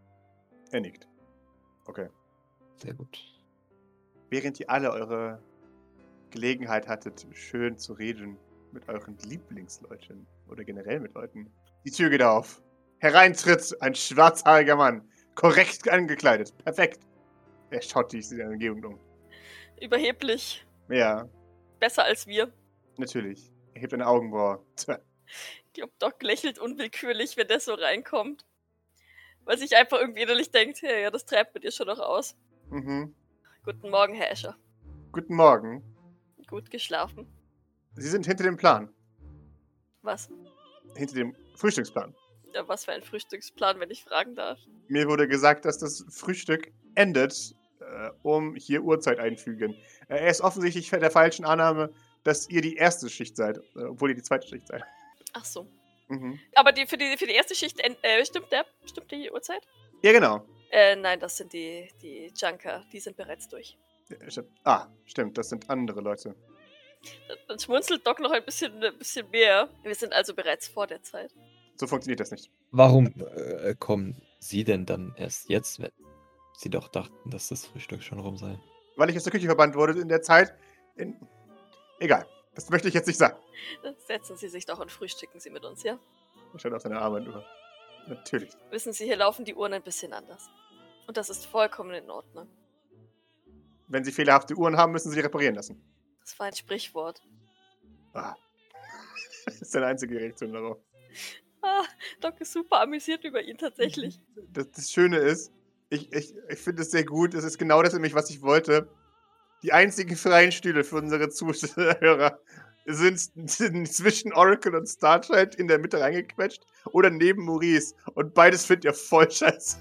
Speaker 1: er nickt.
Speaker 2: Sehr gut.
Speaker 1: Während ihr alle eure Gelegenheit hattet, schön zu reden mit euren Lieblingsleuten oder generell mit Leuten, die Tür geht auf. Hereintritt ein schwarzhaariger Mann, korrekt angekleidet, perfekt. Er schaut dich in der Umgebung um.
Speaker 3: Überheblich.
Speaker 1: Ja,
Speaker 3: Besser als wir.
Speaker 1: natürlich. Er hebt eine Augenbraue. Tja,
Speaker 3: Die Obdoc lächelt unwillkürlich, wenn der so reinkommt. Weil sich einfach irgendwie innerlich denkt, ja, ja, das treibt mit ihr schon noch aus.
Speaker 1: Mhm.
Speaker 3: Guten Morgen, Herr Escher.
Speaker 1: Guten Morgen.
Speaker 3: Gut geschlafen.
Speaker 1: Sie sind hinter dem Plan.
Speaker 3: Was?
Speaker 1: Hinter dem Frühstücksplan.
Speaker 3: Ja, was für ein Frühstücksplan, wenn ich fragen darf.
Speaker 1: Mir wurde gesagt, dass das Frühstück endet, äh, um hier Uhrzeit einfügen. Äh, er ist offensichtlich der falschen Annahme, dass ihr die erste Schicht seid, äh, obwohl ihr die zweite Schicht seid.
Speaker 3: Ach so.
Speaker 1: Mhm.
Speaker 3: Aber die, für, die, für die erste Schicht, en- äh, stimmt der? Stimmt die Uhrzeit?
Speaker 1: Ja, genau.
Speaker 3: Äh, nein, das sind die, die Junker. Die sind bereits durch.
Speaker 1: Äh, st- Ah, stimmt, das sind andere Leute.
Speaker 3: Dann schmunzelt Doc noch ein bisschen, ein bisschen mehr. Wir sind also bereits vor der Zeit.
Speaker 1: So funktioniert das nicht.
Speaker 2: Warum äh, kommen Sie denn dann erst jetzt, wenn Sie doch dachten, dass das Frühstück schon rum sei?
Speaker 1: Weil ich aus der Küche verbannt wurde in der Zeit. In... Egal. Das möchte ich jetzt nicht sagen.
Speaker 3: Setzen Sie sich doch und frühstücken Sie mit uns, ja?
Speaker 1: Er schaut auf seine Arme über. Natürlich.
Speaker 3: Wissen Sie, hier laufen die Uhren ein bisschen anders. Und das ist vollkommen in Ordnung.
Speaker 1: Wenn sie fehlerhafte Uhren haben, müssen sie die reparieren lassen.
Speaker 3: Das war ein Sprichwort.
Speaker 1: Ah. Das ist deine einzige Reaktion darauf.
Speaker 3: Ah, Doc ist super amüsiert über ihn tatsächlich.
Speaker 1: Das, das Schöne ist, ich, ich, ich finde es sehr gut. Es ist genau das nämlich, was ich wollte. Die einzigen freien Stühle für unsere Zuhörer sind, sind zwischen Oracle und Starshine in der Mitte reingequetscht oder neben Maurice. Und beides findet ihr voll scheiße.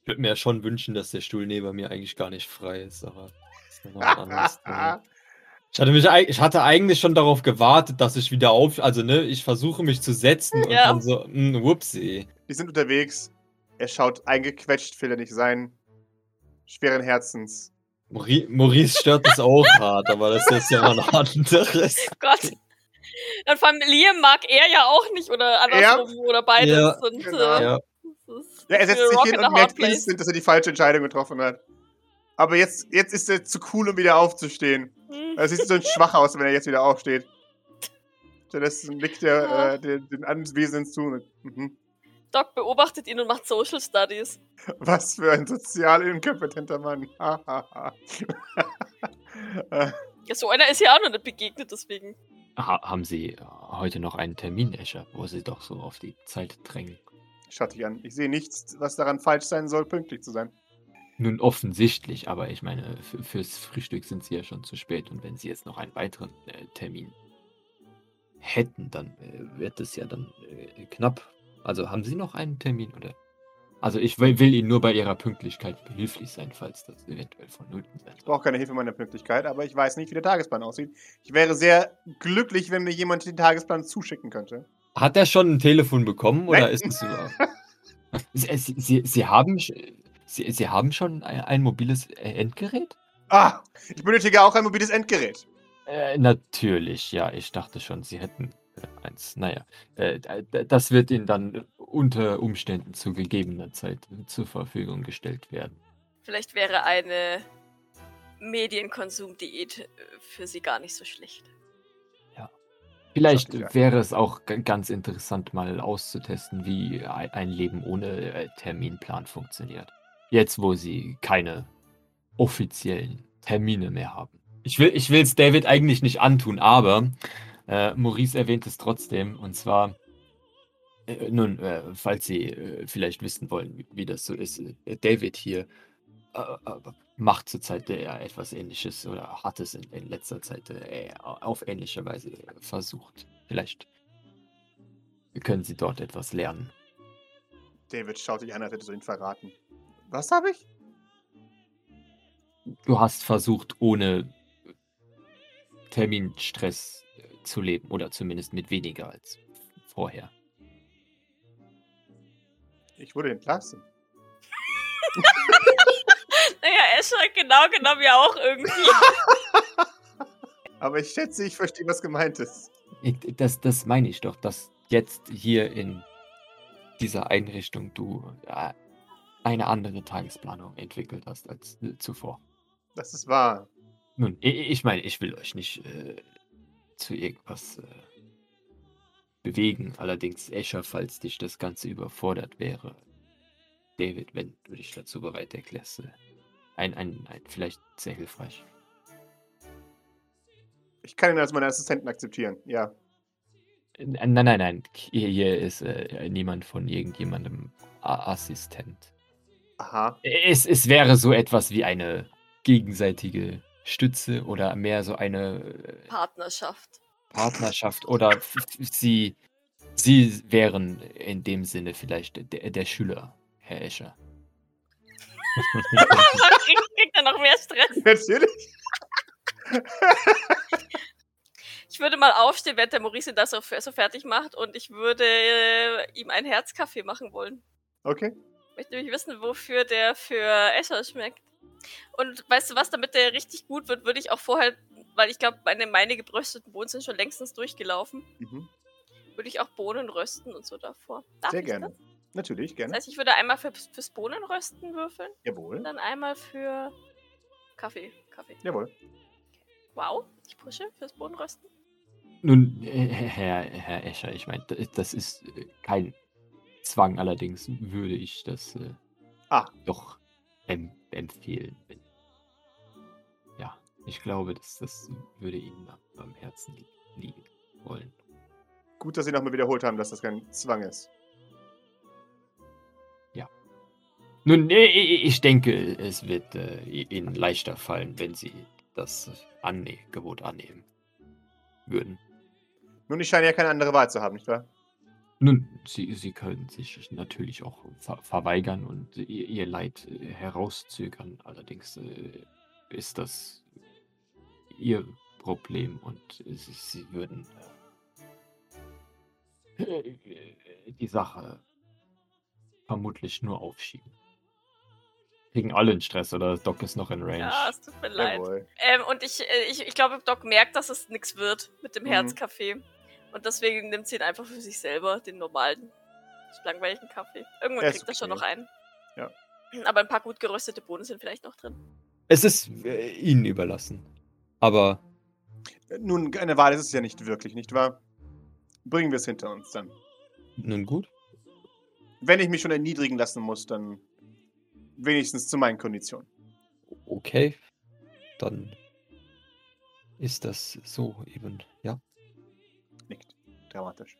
Speaker 2: Ich würde mir ja schon wünschen, dass der Stuhl neben mir eigentlich gar nicht frei ist, aber das ist noch mal ein anderes Thema. Ich hatte, mich, eig- ich hatte eigentlich schon darauf gewartet, dass ich wieder auf. Also, ne, ich versuche mich zu setzen und
Speaker 3: Ja.
Speaker 2: dann so, mh, whoopsie.
Speaker 1: Die sind unterwegs. Er schaut eingequetscht, will er nicht sein. Schweren Herzens.
Speaker 2: Mauri- Maurice stört es auch hart, aber das ist ja mal ein anderes.
Speaker 3: Oh Gott. Dann Familie mag er ja auch nicht oder andersrum oder beides.
Speaker 2: Ja,
Speaker 3: und,
Speaker 1: genau.
Speaker 3: äh,
Speaker 2: Ja.
Speaker 3: das ist
Speaker 1: Ja, er setzt sich
Speaker 3: Rock
Speaker 1: hin
Speaker 3: in a
Speaker 1: und
Speaker 3: hard
Speaker 1: merkt
Speaker 3: place.
Speaker 1: instant, dass er die falsche Entscheidung getroffen hat. Aber jetzt, jetzt ist er zu cool, um wieder aufzustehen.
Speaker 3: Hm.
Speaker 1: Er Also, sieht so schwach aus, wenn er jetzt wieder aufsteht. Stattdessen nickt
Speaker 3: Ah.
Speaker 1: er äh, den, den Anwesenden zu. und- Mhm.
Speaker 3: Doc beobachtet ihn und macht Social Studies.
Speaker 1: Was für ein sozial inkompetenter Mann. Ha, ha, ha. Äh,
Speaker 3: Ja, so einer ist ja auch noch nicht begegnet, deswegen.
Speaker 4: Ha haben Sie äh, heute noch einen Termin, Escher, wo Sie doch so auf die Zeit drängen?
Speaker 1: Schaut dich an. Ich sehe nichts, was daran falsch sein soll, pünktlich zu sein.
Speaker 4: Nun offensichtlich, aber ich meine, f- fürs Frühstück sind Sie ja schon zu spät und wenn Sie jetzt noch einen weiteren äh, Termin
Speaker 2: Hätten, dann äh, wird es ja dann äh, knapp. Also, haben Sie noch einen Termin oder?
Speaker 4: Also ich will, will Ihnen nur bei Ihrer Pünktlichkeit behilflich sein, falls das eventuell vonnöten sein
Speaker 1: Ich
Speaker 4: soll.
Speaker 1: brauche keine Hilfe meiner Pünktlichkeit, aber ich weiß nicht, wie der Tagesplan aussieht. Ich wäre sehr glücklich, wenn mir jemand den Tagesplan zuschicken könnte.
Speaker 2: Hat er schon ein Telefon bekommen oder
Speaker 1: Nein.
Speaker 2: ist es über?
Speaker 4: Sie, Sie, Sie, Sie, haben, sch- Sie, Sie haben schon ein, ein mobiles äh, Endgerät?
Speaker 1: Ah, ich benötige auch ein mobiles Endgerät.
Speaker 4: Äh, natürlich, ja. Ich dachte schon, Sie hätten äh, eins. Naja, äh, d- d- das wird Ihnen dann unter Umständen zu gegebener Zeit zur Verfügung gestellt werden.
Speaker 3: Vielleicht wäre eine Medienkonsumdiät äh, für sie gar nicht so schlecht.
Speaker 4: Vielleicht
Speaker 1: Schaut sich an.
Speaker 4: wäre es auch g- ganz interessant, mal auszutesten, wie ei- ein Leben ohne äh, Terminplan funktioniert. Jetzt, wo Sie keine offiziellen Termine mehr haben. Ich will ich will's David eigentlich nicht antun, aber äh, Maurice erwähnt es trotzdem. Und zwar, äh, nun, äh, falls Sie äh, vielleicht wissen wollen, wie, wie das so ist, äh, David hier äh, äh, macht zurzeit äh, etwas Ähnliches oder hat es in, in letzter Zeit äh, auf ähnliche Weise versucht. Vielleicht können Sie dort etwas lernen.
Speaker 1: David schaut dich an, als hättest du ihn verraten. Was habe ich?
Speaker 4: Du hast versucht, ohne Terminstress äh, zu leben oder zumindest mit weniger als vorher.
Speaker 1: Ich wurde entlassen.
Speaker 3: Naja, Escher genau genommen ja auch irgendwie.
Speaker 1: Aber ich schätze, ich verstehe, was gemeint ist.
Speaker 4: Ich- Das, das meine ich doch, dass jetzt hier in dieser Einrichtung du äh, eine andere Tagesplanung entwickelt hast als äh, zuvor.
Speaker 1: Das ist wahr.
Speaker 4: Nun, i- i- ich meine, ich will euch nicht äh, zu irgendwas äh, bewegen. Allerdings, Escher, falls dich das Ganze überfordert wäre, David, wenn du dich dazu bereit erklärst, äh, ein, ein, ein, vielleicht sehr hilfreich.
Speaker 1: Ich kann ihn als meinen Assistenten akzeptieren. Ja.
Speaker 4: Äh, Nein, nein, nein, hier, hier ist äh, niemand von irgendjemandem A Assistent.
Speaker 1: Aha.
Speaker 4: Es, es wäre so etwas wie eine gegenseitige Stütze oder mehr so eine äh,
Speaker 3: Partnerschaft.
Speaker 4: Partnerschaft oder f- f- sie, sie wären in dem Sinne vielleicht der, der Schüler, Herr Escher.
Speaker 3: kriegt, kriegt er noch mehr Stress.
Speaker 1: Natürlich.
Speaker 3: Ich würde mal aufstehen, während der Maurice ihn das so, so fertig macht und ich würde äh, ihm einen Herzkaffee machen wollen.
Speaker 1: Okay.
Speaker 3: Ich möchte nämlich wissen, wofür der für Escher schmeckt. Und weißt du was, damit der richtig gut wird, würde ich auch vorher, weil ich glaube, meine, meine gebrösteten Bohnen sind schon längstens durchgelaufen,
Speaker 1: Mhm.
Speaker 3: würde ich auch Bohnen rösten und so davor. Darf
Speaker 1: Sehr
Speaker 3: ich
Speaker 1: gerne. Natürlich,
Speaker 3: Das?
Speaker 1: gerne.
Speaker 3: das heißt, ich würde einmal für, fürs Bohnenrösten würfeln
Speaker 1: Jawohl.
Speaker 3: und dann einmal für Kaffee. Kaffee.
Speaker 1: Jawohl.
Speaker 3: Wow, ich pushe fürs Bohnenrösten.
Speaker 4: Nun, äh, Herr, Herr Escher, ich meine, d- das ist äh, kein Zwang, allerdings würde ich das äh,
Speaker 1: Ah.
Speaker 4: doch em empfehlen. wenn- Ja, ich glaube, dass das würde Ihnen am, am Herzen li- liegen. wollen.
Speaker 1: Gut, dass Sie nochmal wiederholt haben, dass das kein Zwang ist.
Speaker 4: Nun, äh, ich denke, es wird äh, Ihnen leichter fallen, wenn Sie das Anne Gebot annehmen würden.
Speaker 1: Nun, ich scheine ja keine andere Wahl zu haben, nicht wahr?
Speaker 4: Nun, Sie, Sie können sich natürlich auch ver verweigern und Ihr, ihr Leid äh, herauszögern. Allerdings äh, ist das Ihr Problem und Sie, Sie würden äh, die Sache vermutlich nur aufschieben. Kriegen alle in Stress, oder? Doc ist noch in Range.
Speaker 3: Ja, es tut mir leid.
Speaker 1: Jawohl.
Speaker 3: Ähm, und ich, äh, ich, ich glaube, Doc merkt, dass es nichts wird mit dem
Speaker 1: Mhm.
Speaker 3: Herzkaffee. Und deswegen nimmt sie ihn einfach für sich selber, den normalen, langweiligen Kaffee. Irgendwann
Speaker 1: Ja, ist
Speaker 3: kriegt er schon
Speaker 1: okay.
Speaker 3: noch einen.
Speaker 1: Ja.
Speaker 3: Aber ein paar gut geröstete Bohnen sind vielleicht noch drin.
Speaker 2: Es ist äh, Ihnen überlassen. Aber
Speaker 1: Äh, Nun, eine Wahl ist es ja nicht wirklich, nicht wahr? Bringen wir es hinter uns dann.
Speaker 2: nun gut.
Speaker 1: Wenn ich mich schon erniedrigen lassen muss, dann wenigstens zu meinen Konditionen.
Speaker 2: Okay. Dann ist das so eben. Ja,
Speaker 1: Nickt. Dramatisch.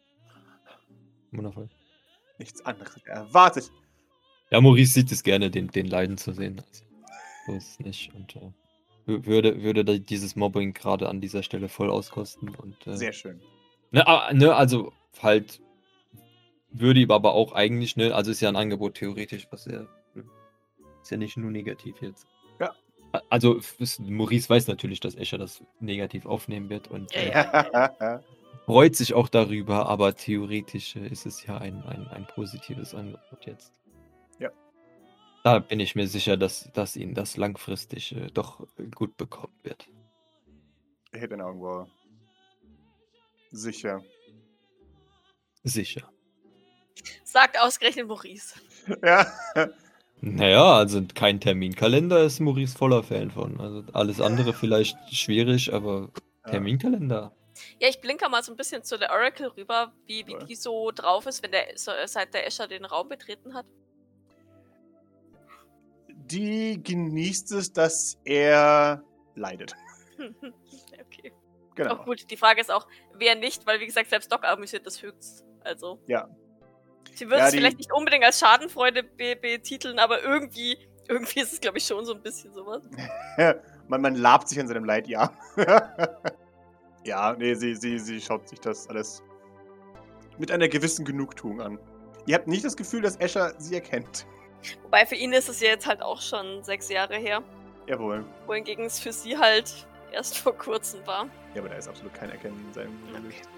Speaker 2: wundervoll.
Speaker 1: Nichts anderes erwartet.
Speaker 2: Ja, Maurice sieht es gerne, den, den Leiden zu sehen. Also, so ist es nicht. Und äh, wü- würde, würde da dieses Mobbing gerade an dieser Stelle voll auskosten. Und, äh,
Speaker 1: Sehr schön.
Speaker 2: Ne, ah, ne, also halt würde ihm aber auch eigentlich, ne, also ist ja ein Angebot theoretisch, was ja ist ja nicht nur negativ jetzt.
Speaker 1: Ja.
Speaker 2: A- Also f- ist, Maurice weiß natürlich, dass Escher das negativ aufnehmen wird und
Speaker 3: Ja,
Speaker 2: äh,
Speaker 3: ja.
Speaker 2: freut sich auch darüber, aber theoretisch äh, ist es ja ein, ein, ein positives Angebot jetzt.
Speaker 1: Ja.
Speaker 2: Da bin ich mir sicher, dass, dass ihn das langfristig äh, doch gut bekommen wird.
Speaker 1: Er hält eine Augenbraue. Sicher.
Speaker 2: Sicher.
Speaker 3: Sagt ausgerechnet Maurice.
Speaker 1: Ja.
Speaker 2: Naja, also kein Terminkalender ist Maurice voller Fan von. Also alles andere vielleicht schwierig, aber Terminkalender.
Speaker 3: Ja, ich blinke mal so ein bisschen zu der Oracle rüber, wie, wie
Speaker 1: Voll.
Speaker 3: die so drauf ist, wenn der so, seit der Escher den Raum betreten hat.
Speaker 1: Die genießt es, dass er leidet.
Speaker 3: okay.
Speaker 1: Genau.
Speaker 3: Auch gut. Die Frage ist auch, wer nicht, weil wie gesagt, selbst Doc amüsiert das höchst. Also.
Speaker 1: Ja.
Speaker 3: Sie würde
Speaker 1: Ja,
Speaker 3: es
Speaker 1: die-
Speaker 3: vielleicht nicht unbedingt als Schadenfreude be betiteln, aber irgendwie, irgendwie ist es, glaube ich, schon so ein bisschen sowas.
Speaker 1: man, man labt sich an seinem Leid, ja. ja, nee, sie, sie, sie schaut sich das alles mit einer gewissen Genugtuung an. Ihr habt nicht das Gefühl, dass Escher sie erkennt.
Speaker 3: Wobei für ihn ist es ja jetzt halt auch schon sechs Jahre her,
Speaker 1: Jawohl.
Speaker 3: wohingegen es für sie halt erst vor kurzem war.
Speaker 1: Ja, aber da ist absolut kein Erkennen in seinem Gesicht.